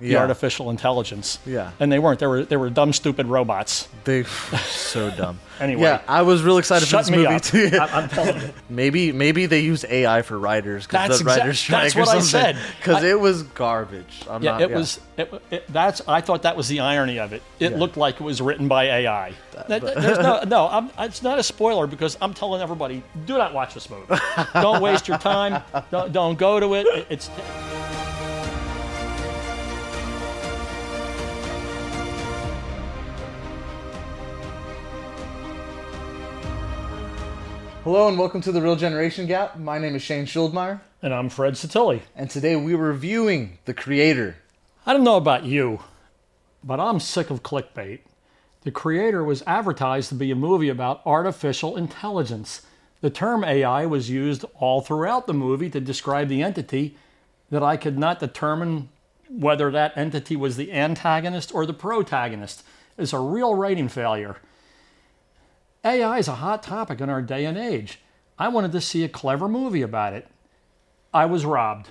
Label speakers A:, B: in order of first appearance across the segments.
A: the
B: Yeah.
A: artificial intelligence.
B: Yeah.
A: And they weren't. They were they were dumb, stupid robots.
B: They so dumb.
A: Anyway.
B: yeah, I was real excited
A: Shut
B: for this
A: me
B: movie
A: up.
B: too.
A: I- I'm telling you.
B: Maybe maybe they use AI for writers because
A: That's
B: the
A: exact-
B: writers strike
A: that's
B: or
A: what I
B: something.
A: said.
B: Because
A: I-
B: it was garbage. I'm
A: Yeah,
B: not,
A: it was. It, it, that's. I thought that was the irony of it. It
B: Yeah.
A: looked like it was written by AI. That- that- there's no, no. I'm, it's not a spoiler because I'm telling everybody: do not watch this movie. don't waste your time. Don't, don't go to it. It- It's.
B: Hello and welcome to the Real Generation Gap. My name is Shane Schuldmeyer,
A: And I'm Fred Satilli.
B: and today we're reviewing The Creator.
A: I don't know about you, but I'm sick of clickbait. The creator was advertised to be a movie about artificial intelligence. The term AI was used all throughout the movie to describe the entity that I could not determine whether that entity was the antagonist or the protagonist. It's a real writing failure. AI is a hot topic in our day and age. I wanted to see a clever movie about it. I was robbed.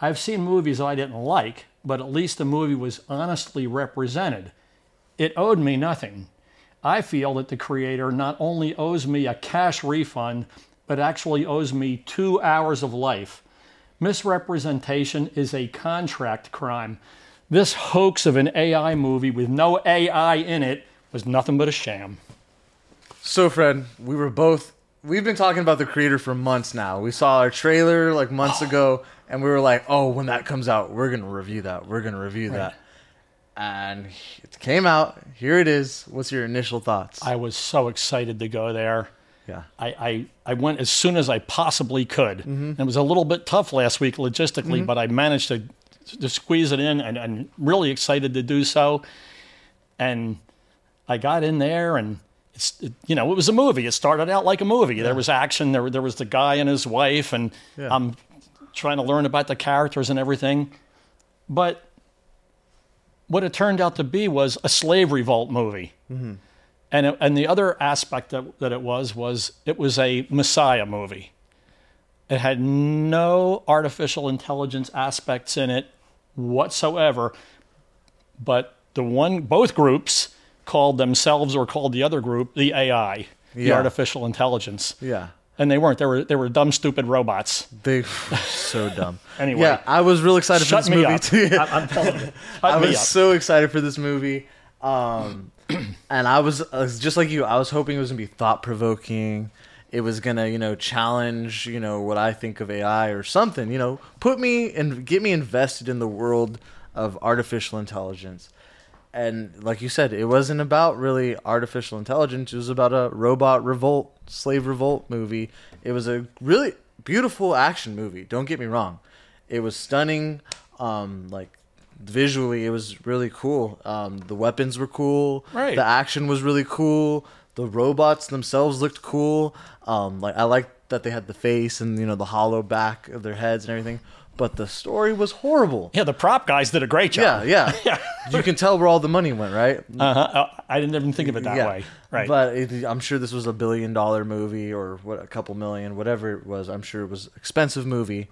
A: I've seen movies I didn't like, but at least the movie was honestly represented. It owed me nothing. I feel that the creator not only owes me a cash refund, but actually owes me two hours of life. Misrepresentation is a contract crime. This hoax of an AI movie with no AI in it was nothing but a sham.
B: So, Fred, we were both. We've been talking about The Creator for months now. We saw our trailer like months ago, and we were like, "Oh, when that comes out, we're gonna review that. We're gonna review that." And it came out. Here it is. What's your initial thoughts?
A: I was so excited to go there.
B: yeah.
A: I, I, I went as soon as I possibly could. And it was a little bit tough last week logistically, but I managed to, to squeeze it in and I'm really excited to do so. And I got in there and it's, it, you know, it was a movie. It started out like a movie. There was action. There, there was the guy and his wife and
B: Yeah.
A: I'm trying to learn about the characters and everything. But what it turned out to be was a slave revolt movie.
B: Mm-hmm.
A: And, it, and the other aspect that, that it was was it was a messiah movie. It had no artificial intelligence aspects in it whatsoever. But the one, both groups called themselves or called the other group the AI, the
B: Yeah.
A: artificial intelligence.
B: Yeah.
A: And they weren't. They were, they were dumb, stupid robots.
B: They so dumb.
A: Anyway.
B: yeah, I was real excited
A: Shut
B: for this
A: me
B: movie
A: up.
B: too.
A: I, I'm telling you. Shut
B: I
A: me
B: was
A: up.
B: so excited for this movie, um, and I was, I was just like you. I was hoping it was gonna be thought provoking. It was gonna, you know, challenge, you know, what I think of AI or something. You know, put me and get me invested in the world of artificial intelligence. And like you said, it wasn't about really artificial intelligence. It was about a robot revolt, slave revolt movie. It was a really beautiful action movie. Don't get me wrong, it was stunning. Um, like visually, it was really cool. Um, the weapons were cool.
A: Right.
B: The action was really cool. The robots themselves looked cool. Um, like I liked that they had the face and you know the hollow back of their heads and everything. But the story was horrible.
A: yeah, the prop guys did a great job.
B: Yeah, yeah. you can tell where all the money went, right?
A: Uh-huh. Uh, I didn't even think of it that way. Right.
B: But it, I'm sure this was a billion dollar movie or what, a couple million, whatever it was. I'm sure it was expensive movie,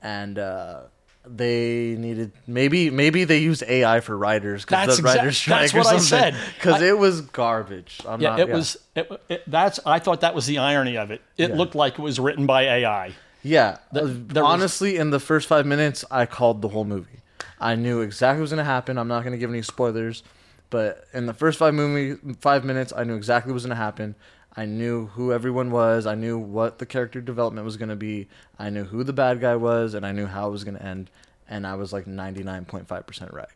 B: and uh, they needed maybe maybe they used AI for writers because
A: That's
B: the
A: exact-
B: writers strike
A: that's what I said.
B: because
A: I-
B: it was garbage. I'm
A: yeah,
B: not,
A: it was. It, it, that's. I thought that was the irony of it. It
B: Yeah.
A: looked like it was written by AI.
B: Yeah,
A: Th-
B: uh,
A: there was-
B: honestly, in the first five minutes, I called the whole movie. I knew exactly what was going to happen. I'm not going to give any spoilers, but in the first five movie five minutes, I knew exactly what was going to happen. I knew who everyone was. I knew what the character development was going to be. I knew who the bad guy was, and I knew how it was going to end. And I was like 99.5 percent right.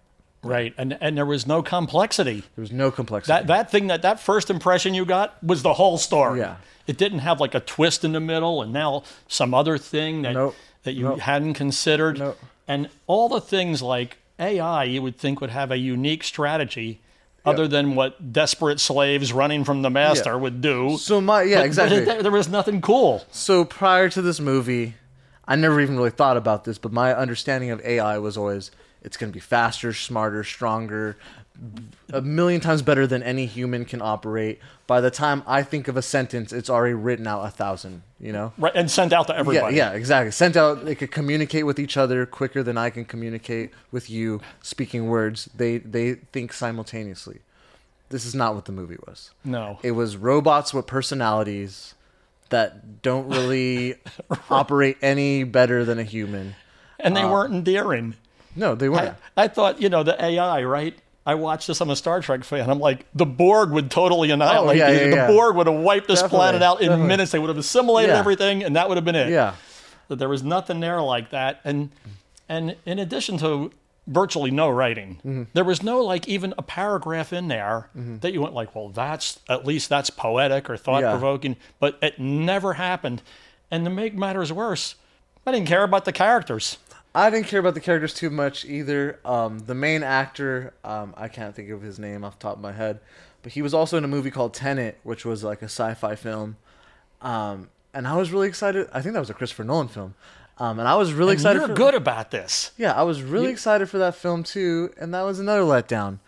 A: Right. And and there was no complexity.
B: There was no complexity.
A: That that thing that that first impression you got was the whole story.
B: Yeah.
A: It didn't have like a twist in the middle and now some other thing that
B: Nope.
A: that you
B: Nope.
A: hadn't considered.
B: Nope.
A: And all the things like AI you would think would have a unique strategy other than what desperate slaves running from the master
B: Yeah.
A: would do.
B: so my yeah
A: But- but
B: exactly.
A: there- there was nothing cool.
B: So prior to this movie, I never even really thought about this, but my understanding of AI was always It's going to be faster, smarter, stronger, a million times better than any human can operate. By the time I think of a sentence, it's already written out a thousand, you know?
A: Right, and sent out to
B: Yeah,
A: everybody.
B: yeah, exactly. Sent out, they could communicate with each other quicker than I can communicate with you speaking words. They, they think simultaneously. This is not what the movie was.
A: No.
B: It was robots with personalities that don't really operate any better than a human.
A: and
B: Uh,
A: they weren't endearing.
B: No, they weren't.
A: I, I thought, you know, the AI, right? I watched this. I'm a Star Trek fan. I'm like, the Borg would totally annihilate
B: Oh, yeah,
A: these.
B: yeah,
A: the
B: yeah.
A: Borg would have wiped this
B: Definitely,
A: planet out in
B: definitely.
A: minutes. They would have assimilated
B: Yeah.
A: everything, and that would have been it.
B: yeah.
A: That there was nothing there like that. And and in addition to virtually no writing,
B: Mm-hmm.
A: there was no like even a paragraph in there that you went like, well, that's at least that's poetic or thought provoking. But it never happened. And to make matters worse, I didn't care about the characters.
B: I didn't care about the characters too much either. Um, the main actor, um, I can't think of his name off the top of my head, but he was also in a movie called Tenet, which was like a sci-fi film. Um, and I was really excited. I think that was a Christopher Nolan film. Um, and I was really excited.
A: You're
B: for,
A: good about this.
B: Yeah, I was really excited for that film too, and that was another letdown.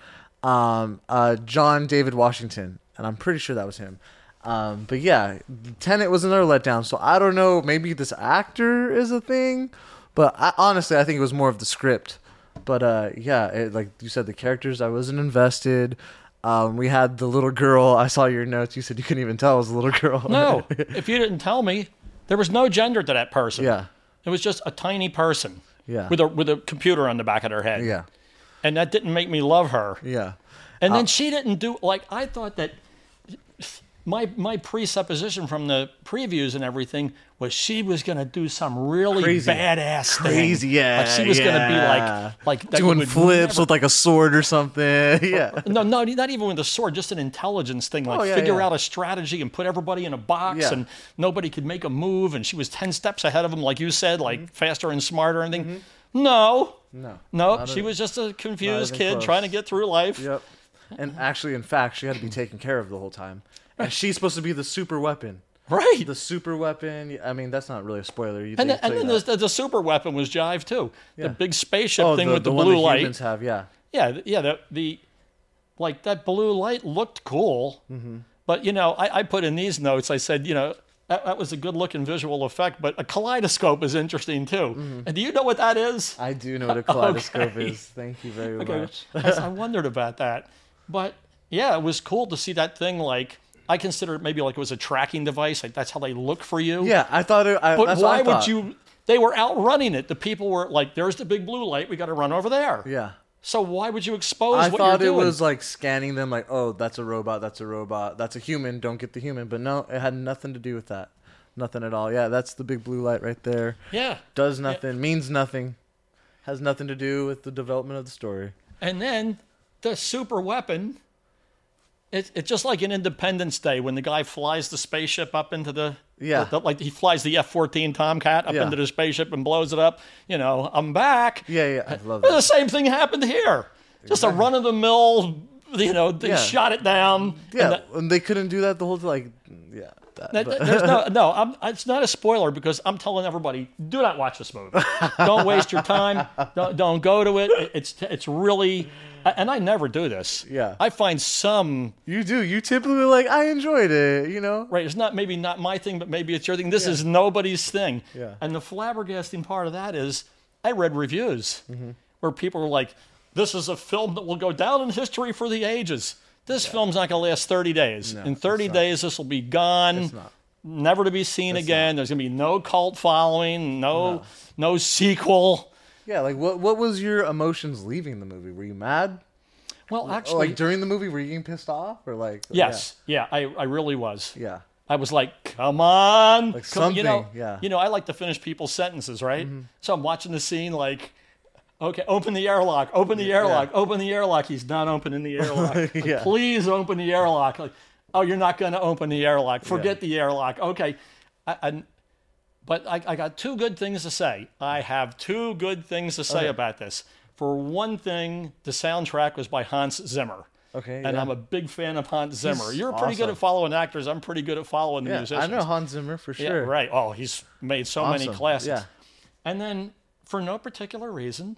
B: Um, uh, John David Washington, and I'm pretty sure that was him. Um, but yeah, Tenet was another letdown. So I don't know. Maybe this actor is a thing, but I, honestly, I think it was more of the script. But uh, yeah, it, like you said, the characters I wasn't invested. Um, we had the little girl. I saw your notes. You said you couldn't even tell it was a little girl.
A: No, if you didn't tell me, there was no gender to that person.
B: Yeah.
A: it was just a tiny person.
B: Yeah.
A: with a with a computer on the back of their head.
B: yeah,
A: and that didn't make me love her.
B: yeah,
A: And
B: Uh,
A: then she didn't do like I thought that. My my presupposition from the previews and everything was she was going to do some really
B: Crazy.
A: badass thing.
B: Crazy, yeah,
A: like she was
B: yeah.
A: going to be like like that you
B: doing
A: would
B: flips
A: never-
B: with like a sword or something. Yeah.
A: no, no, not even with a sword, just an intelligence thing. Like
B: Oh, yeah,
A: figure
B: yeah.
A: out a strategy and put everybody in a box,
B: Yeah.
A: and nobody could make a move. And she was ten steps ahead of them, like you said, like faster and smarter and thing. No,
B: Mm-hmm. No.
A: no, she was just a confused
B: even
A: kid
B: close.
A: trying to get through life.
B: Yep. And actually, in fact, she had to be taken care of the whole time. And she's supposed to be the super weapon.
A: Right.
B: The super weapon. I mean, that's not really a spoiler. You
A: and
B: they
A: then, and
B: say
A: then
B: that.
A: the, the, the super weapon was Jive too. The big spaceship
B: oh,
A: thing
B: the,
A: with the,
B: one
A: blue
B: that
A: light.
B: humans have. Yeah.
A: Yeah, th- yeah, the, the like that blue light looked cool,
B: Mm-hmm.
A: but you know, I, I put in these notes. I said, you know, that, that was a good looking visual effect, but a kaleidoscope is interesting too.
B: Mm-hmm.
A: And do you know what that is?
B: I do know what a kaleidoscope
A: Okay.
B: is. Thank you very much.
A: I, I wondered about that, but yeah, it was cool to see that thing. Like I consider it maybe like it was a tracking device. Like that's how they look for you.
B: Yeah, I thought. It, I,
A: But
B: that's what I
A: why would
B: thought.
A: you? They were outrunning it. The people were like, "There's the big blue light. We got to run over there."
B: Yeah.
A: So why would you expose
B: I
A: what
B: thought
A: you're
B: it
A: doing?
B: was like scanning them, like, oh, that's a robot, that's a robot, that's a human, don't get the human. But no, it had nothing to do with that. Nothing at all. Yeah, that's the big blue light right there.
A: yeah.
B: does nothing, means nothing, has nothing to do with the development of the story.
A: And then the super weapon. It, it's just like in Independence Day when the guy flies the spaceship up into the
B: Yeah.
A: the- the- like he flies the F fourteen Tomcat up
B: Yeah.
A: into the spaceship and blows it up. You know, I'm back.
B: Yeah, yeah, I love
A: The
B: that.
A: same thing happened here. Just a run of the mill. You know, they
B: Yeah.
A: shot it down.
B: Yeah,
A: and the-
B: and they couldn't do that the whole time. Like, yeah, that,
A: That- that- there's no, no. I'm, it's not a spoiler because I'm telling everybody: do not watch this movie. don't waste your time. Don't, don't go to it. It- It's it's really, and I never do this.
B: Yeah.
A: I find some
B: you do. You typically like, I enjoyed it. You know,
A: right. It's not maybe not my thing, but maybe it's your thing. This is nobody's thing.
B: Yeah.
A: And the flabbergasting part of that is, I read reviews where people were like, "This is a film that will go down in history for the ages." This film's not going to last 30 days. in 30 days, this will be gone. It's
B: not.
A: never to be seen again. There's going to be no cult following, no, no sequel.
B: yeah. Like, what what was your emotions leaving the movie? Were you mad?
A: Well,
B: Or,
A: actually,
B: like during the movie, were you getting pissed off or like?
A: yes, yeah, I, I really was.
B: Yeah. yeah.
A: I was like, come on, like you know,
B: something, yeah. Mm-hmm.
A: you know, I like to finish people's sentences, right? So I'm watching the scene, like, okay, open the airlock, open the airlock, open the airlock. He's not opening the airlock. Like,
B: Yeah.
A: Please open the airlock. Like, oh, you're not going to open the airlock. Forget the airlock. Okay, I, I- but I, I got two good things to say. I have two good things to say about this. For one thing, the soundtrack was by Hans Zimmer.
B: Okay,
A: And
B: yeah.
A: I'm a big fan of Hans Zimmer.
B: He's
A: You're pretty good
B: awesome.
A: at following actors. I'm pretty good at following the
B: Yeah,
A: musicians.
B: I know Hans Zimmer for
A: Yeah,
B: sure.
A: right. Oh, he's made so many
B: Awesome.
A: classics.
B: Yeah.
A: And then, for no particular reason,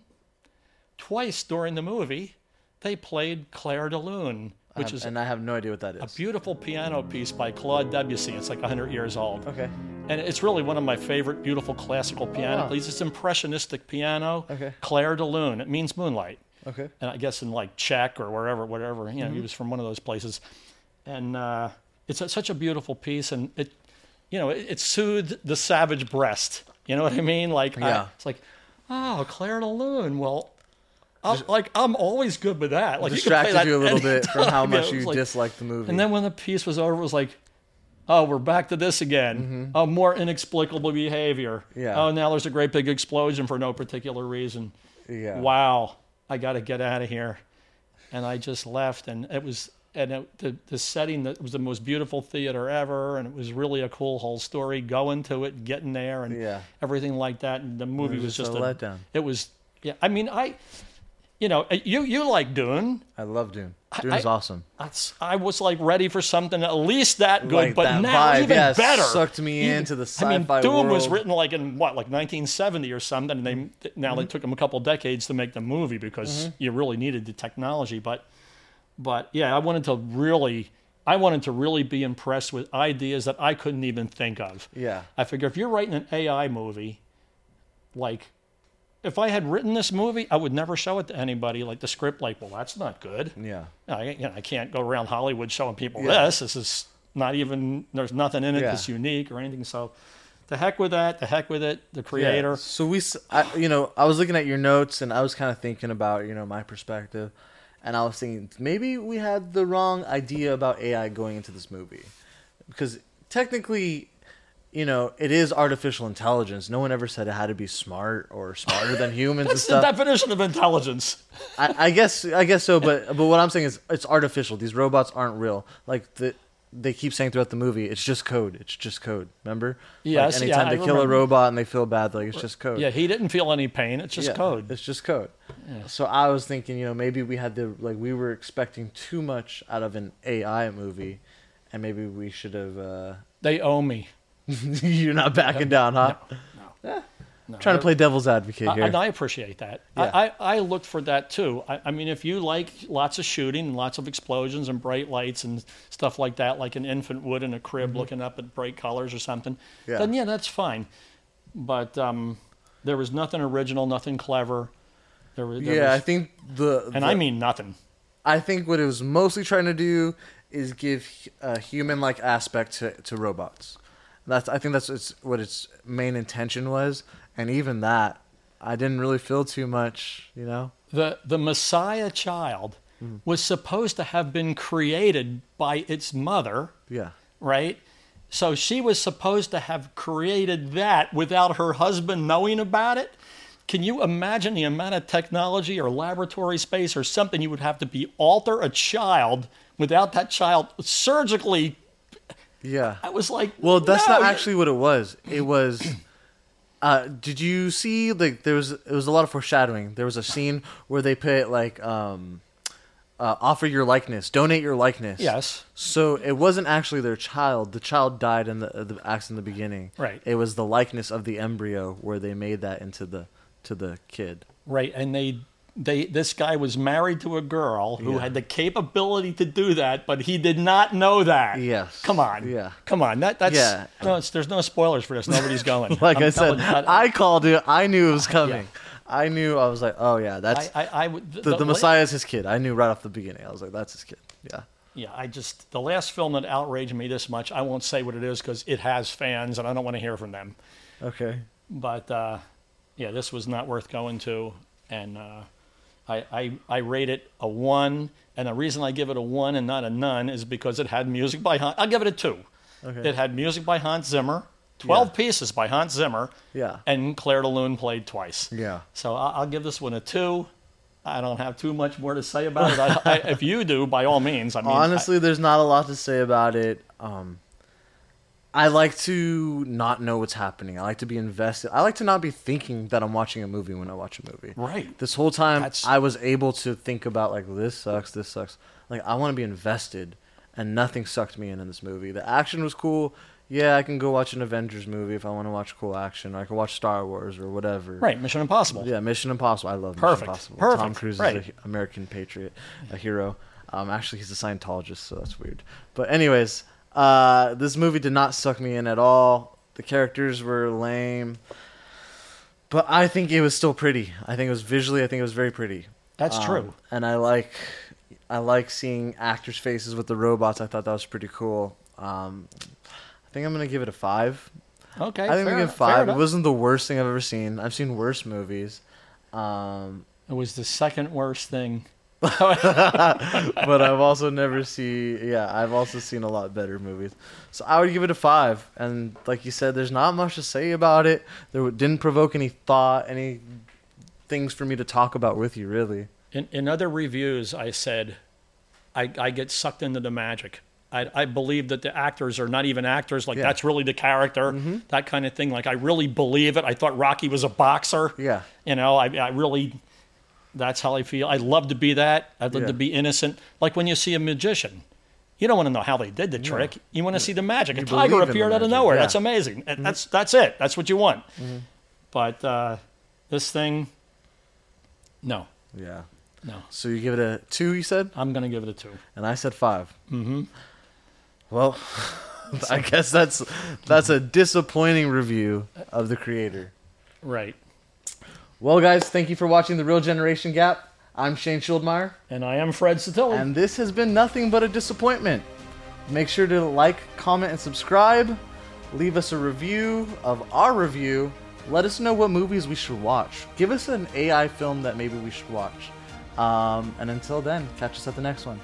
A: twice during the movie, they played Claire de Lune, which is
B: and I have no idea what that is.
A: a beautiful piano piece by Claude Debussy. It's like 100 years old.
B: Okay.
A: And it's really one of my favorite beautiful classical piano
B: wow.
A: pieces. It's impressionistic piano.
B: Okay.
A: Claire de Lune. It means moonlight.
B: Okay.
A: And I guess in like Czech or wherever, whatever. You know,
B: Mm-hmm.
A: he was from one of those places. And uh, it's a, such a beautiful piece. And it, you know, it, it soothed the savage breast. You know what I mean? Like, I-
B: Yeah.
A: it's like, oh, Claire de Lune. Well, I'm, like I'm always good with that. Like you can play
B: Distracted
A: that
B: you a little
A: any
B: bit from how
A: time. It
B: much you
A: was like-
B: dislike the movie.
A: and then when the piece was over, it was like, oh, we're back to this again. Oh, more inexplicable behavior.
B: Mm-hmm. Yeah.
A: Oh, now there's a great big explosion for no particular reason.
B: yeah.
A: Wow, I got to get out of here. And I just left, and it was and it, the the setting that was the most beautiful theater ever, and it was really a cool whole story. Going to it, getting there, and
B: Yeah.
A: everything like that. And the movie was, just
B: just a letdown.
A: It was, yeah. I mean, I, you know, you you like Dune.
B: I love Dune. Dune is
A: I-
B: awesome.
A: That's, I was like ready for something at least that good,
B: Like
A: but
B: that
A: now
B: vibe,
A: even
B: yeah,
A: better.
B: sucked me into the
A: I mean,
B: sci-fi
A: Doom was
B: world. Mm-hmm.
A: written like in what, like 1970 or something. And they now they took them a couple decades to make the movie because you really needed the technology. But, but yeah, I wanted to really, I wanted to really be impressed with ideas that I couldn't even think of.
B: Yeah.
A: I figure if you're writing an AI movie, like if I had written this movie, I would never show it to anybody. Like the script, like, well, that's not good.
B: Yeah.
A: I, you know, I can't go around Hollywood showing people
B: Yeah.
A: this. This is not even, there's nothing in it
B: Yeah.
A: that's unique or anything. So, the heck with that, the heck with it, the
B: Yeah.
A: creator.
B: So we, s I you know, I was looking at your notes and I was kind of thinking about, you know, my perspective, and I was thinking maybe we had the wrong idea about AI going into this movie, because technically, you know, it is artificial intelligence. No one ever said it had to be smart or smarter than humans and
A: That's the
B: stuff.
A: definition of intelligence.
B: I, I guess I guess so, but but what I'm saying is it's artificial. These robots aren't real. Like the they keep saying throughout the movie, it's just code. It's just code. Remember?
A: Yes,
B: Like
A: yeah,
B: anytime
A: I
B: they kill a
A: remember.
B: robot and they feel bad, they're like it's just code.
A: Yeah, he didn't feel any pain. It's just
B: Yeah,
A: code.
B: It's just code. So I was thinking, you know, maybe we had the like we were expecting too much out of an AI movie, and maybe we should have. Uh,
A: They owe me.
B: you're not backing down, huh?
A: No,
B: Trying
A: they're-
B: to play devil's advocate
A: I,
B: here.
A: and I appreciate that.
B: Yeah.
A: I, I, I look for that too. I, I mean, if you like lots of shooting and lots of explosions and bright lights and stuff like that, like an infant would in a crib looking up at bright colors or something,
B: Mm-hmm. Yeah.
A: then yeah, that's fine. But um, there was nothing original, nothing clever. There, was- there
B: yeah, I
A: was,
B: think the
A: and
B: the-
A: I mean nothing.
B: I think what it was mostly trying to do is give a human-like aspect to, to robots. That's I think that's it's, what its main intention was, and even that, I didn't really feel too much, you know.
A: The the Messiah child
B: Mm.
A: was supposed to have been created by its mother.
B: Yeah,
A: right? So she was supposed to have created that without her husband knowing about it. Can you imagine the amount of technology or laboratory space or something you would have to be alter a child without that child surgically?
B: yeah.
A: I was like,
B: Well, that's
A: no,
B: not
A: you-
B: actually what it was. It was. Uh, did you see like there was it was a lot of foreshadowing. There was a scene where they put like um, uh, offer your likeness, donate your likeness.
A: Yes.
B: So it wasn't actually their child. The child died in the uh, the acts in the beginning.
A: Right.
B: It was the likeness of the embryo where they made that into the to the kid.
A: right. And they, they, this guy was married to a girl who
B: Yeah.
A: had the capability to do that, but he did not know that.
B: Yes.
A: Come on.
B: Yeah.
A: Come on. That, that's
B: Yeah.
A: no. It's, there's no spoilers for this. Nobody's going.
B: Like
A: I'm
B: i
A: telling you,
B: said, I called it. I knew it was coming. I knew. I was like, oh yeah, that's
A: I, I, I would-
B: the, the,
A: la-
B: Messiah is his kid. I knew right off the beginning. I was like, that's his kid. Yeah.
A: Yeah, I just the last film that outraged me this much. I won't say what it is because it has fans, and I don't want to hear from them.
B: Okay.
A: But uh, yeah, this was not worth going to, and uh, I, I I rate it a one. And the reason I give it a one and not a none is because it had music by Hans. I'll give it a two.
B: Okay.
A: It had music by Hans Zimmer, twelve pieces by Hans Zimmer.
B: Yeah.
A: And Claire de Lune played twice.
B: Yeah.
A: So I- I'll give this one a two. I don't have too much more to say about it. I, I, if you do, by all means. I mean, I-
B: Honestly, there's not a lot to say about it. Um, I like to not know what's happening. I like to be invested. I like to not be thinking that I'm watching a movie when I watch a movie.
A: Right.
B: This whole time,
A: That's-
B: I was able to think about like this sucks, this sucks. Like I want to be invested, and nothing sucked me in in this movie. The action was cool. yeah, I can go watch an Avengers movie if I want to watch cool action, or I can watch Star Wars or whatever.
A: Right, Mission Impossible.
B: Yeah, Mission Impossible. I love
A: Perfect.
B: Mission Impossible.
A: Perfect.
B: Tom Cruise
A: Right.
B: is an American patriot, a hero. Um, actually, he's a Scientologist, so that's weird. But anyways, uh, this movie did not suck me in at all. The characters were lame, but I think it was still pretty. I think it was visually. I think it was very pretty. Um,
A: That's true.
B: And I like, I like seeing actors' faces with the robots. I thought that was pretty cool. Um, I think I'm gonna give it a five.
A: Okay,
B: I think
A: fair
B: we
A: enou- fair
B: give five. It
A: enough.
B: wasn't the worst thing I've ever seen. I've seen worse movies. Um,
A: It was the second worst thing.
B: but I've also never seen. Yeah, I've also seen a lot better movies. So I would give it a five. And like you said, there's not much to say about it. There w- didn't provoke any thought, any things for me to talk about with you, really.
A: In, in other reviews, I said, I, I get sucked into the magic. I, I believe that the actors are not even actors. Like,
B: Yeah. Mm-hmm.
A: that's really the character, that kind of thing. Like, I really believe it. I thought Rocky was a boxer.
B: Yeah.
A: You know, I, I really, that's how I feel. I love to be that. I'd love
B: Yeah.
A: to be innocent. Like when you see a magician, you don't want to know how they did the trick. You want to see the magic. a tiger
B: believe in the
A: appeared out of
B: magic,
A: nowhere.
B: yeah. Mm-hmm.
A: That's amazing. And That's, that's it. That's what you want. But uh, this thing, no.
B: Yeah.
A: No.
B: So you give it a two, you said,
A: I'm going to give it a two.
B: and I said five. Mm-hmm. Well, I guess that's that's a disappointing review of the creator.
A: Right.
B: Well, guys, thank you for watching The Real Generation Gap. I'm Shane Schildmeyer,
A: And I am Fred Satilla.
B: and this has been nothing but a disappointment. Make sure to like, comment, and subscribe. Leave us a review of our review. Let us know what movies we should watch. Give us an AI film that maybe we should watch. Um, and until then, catch us at the next one.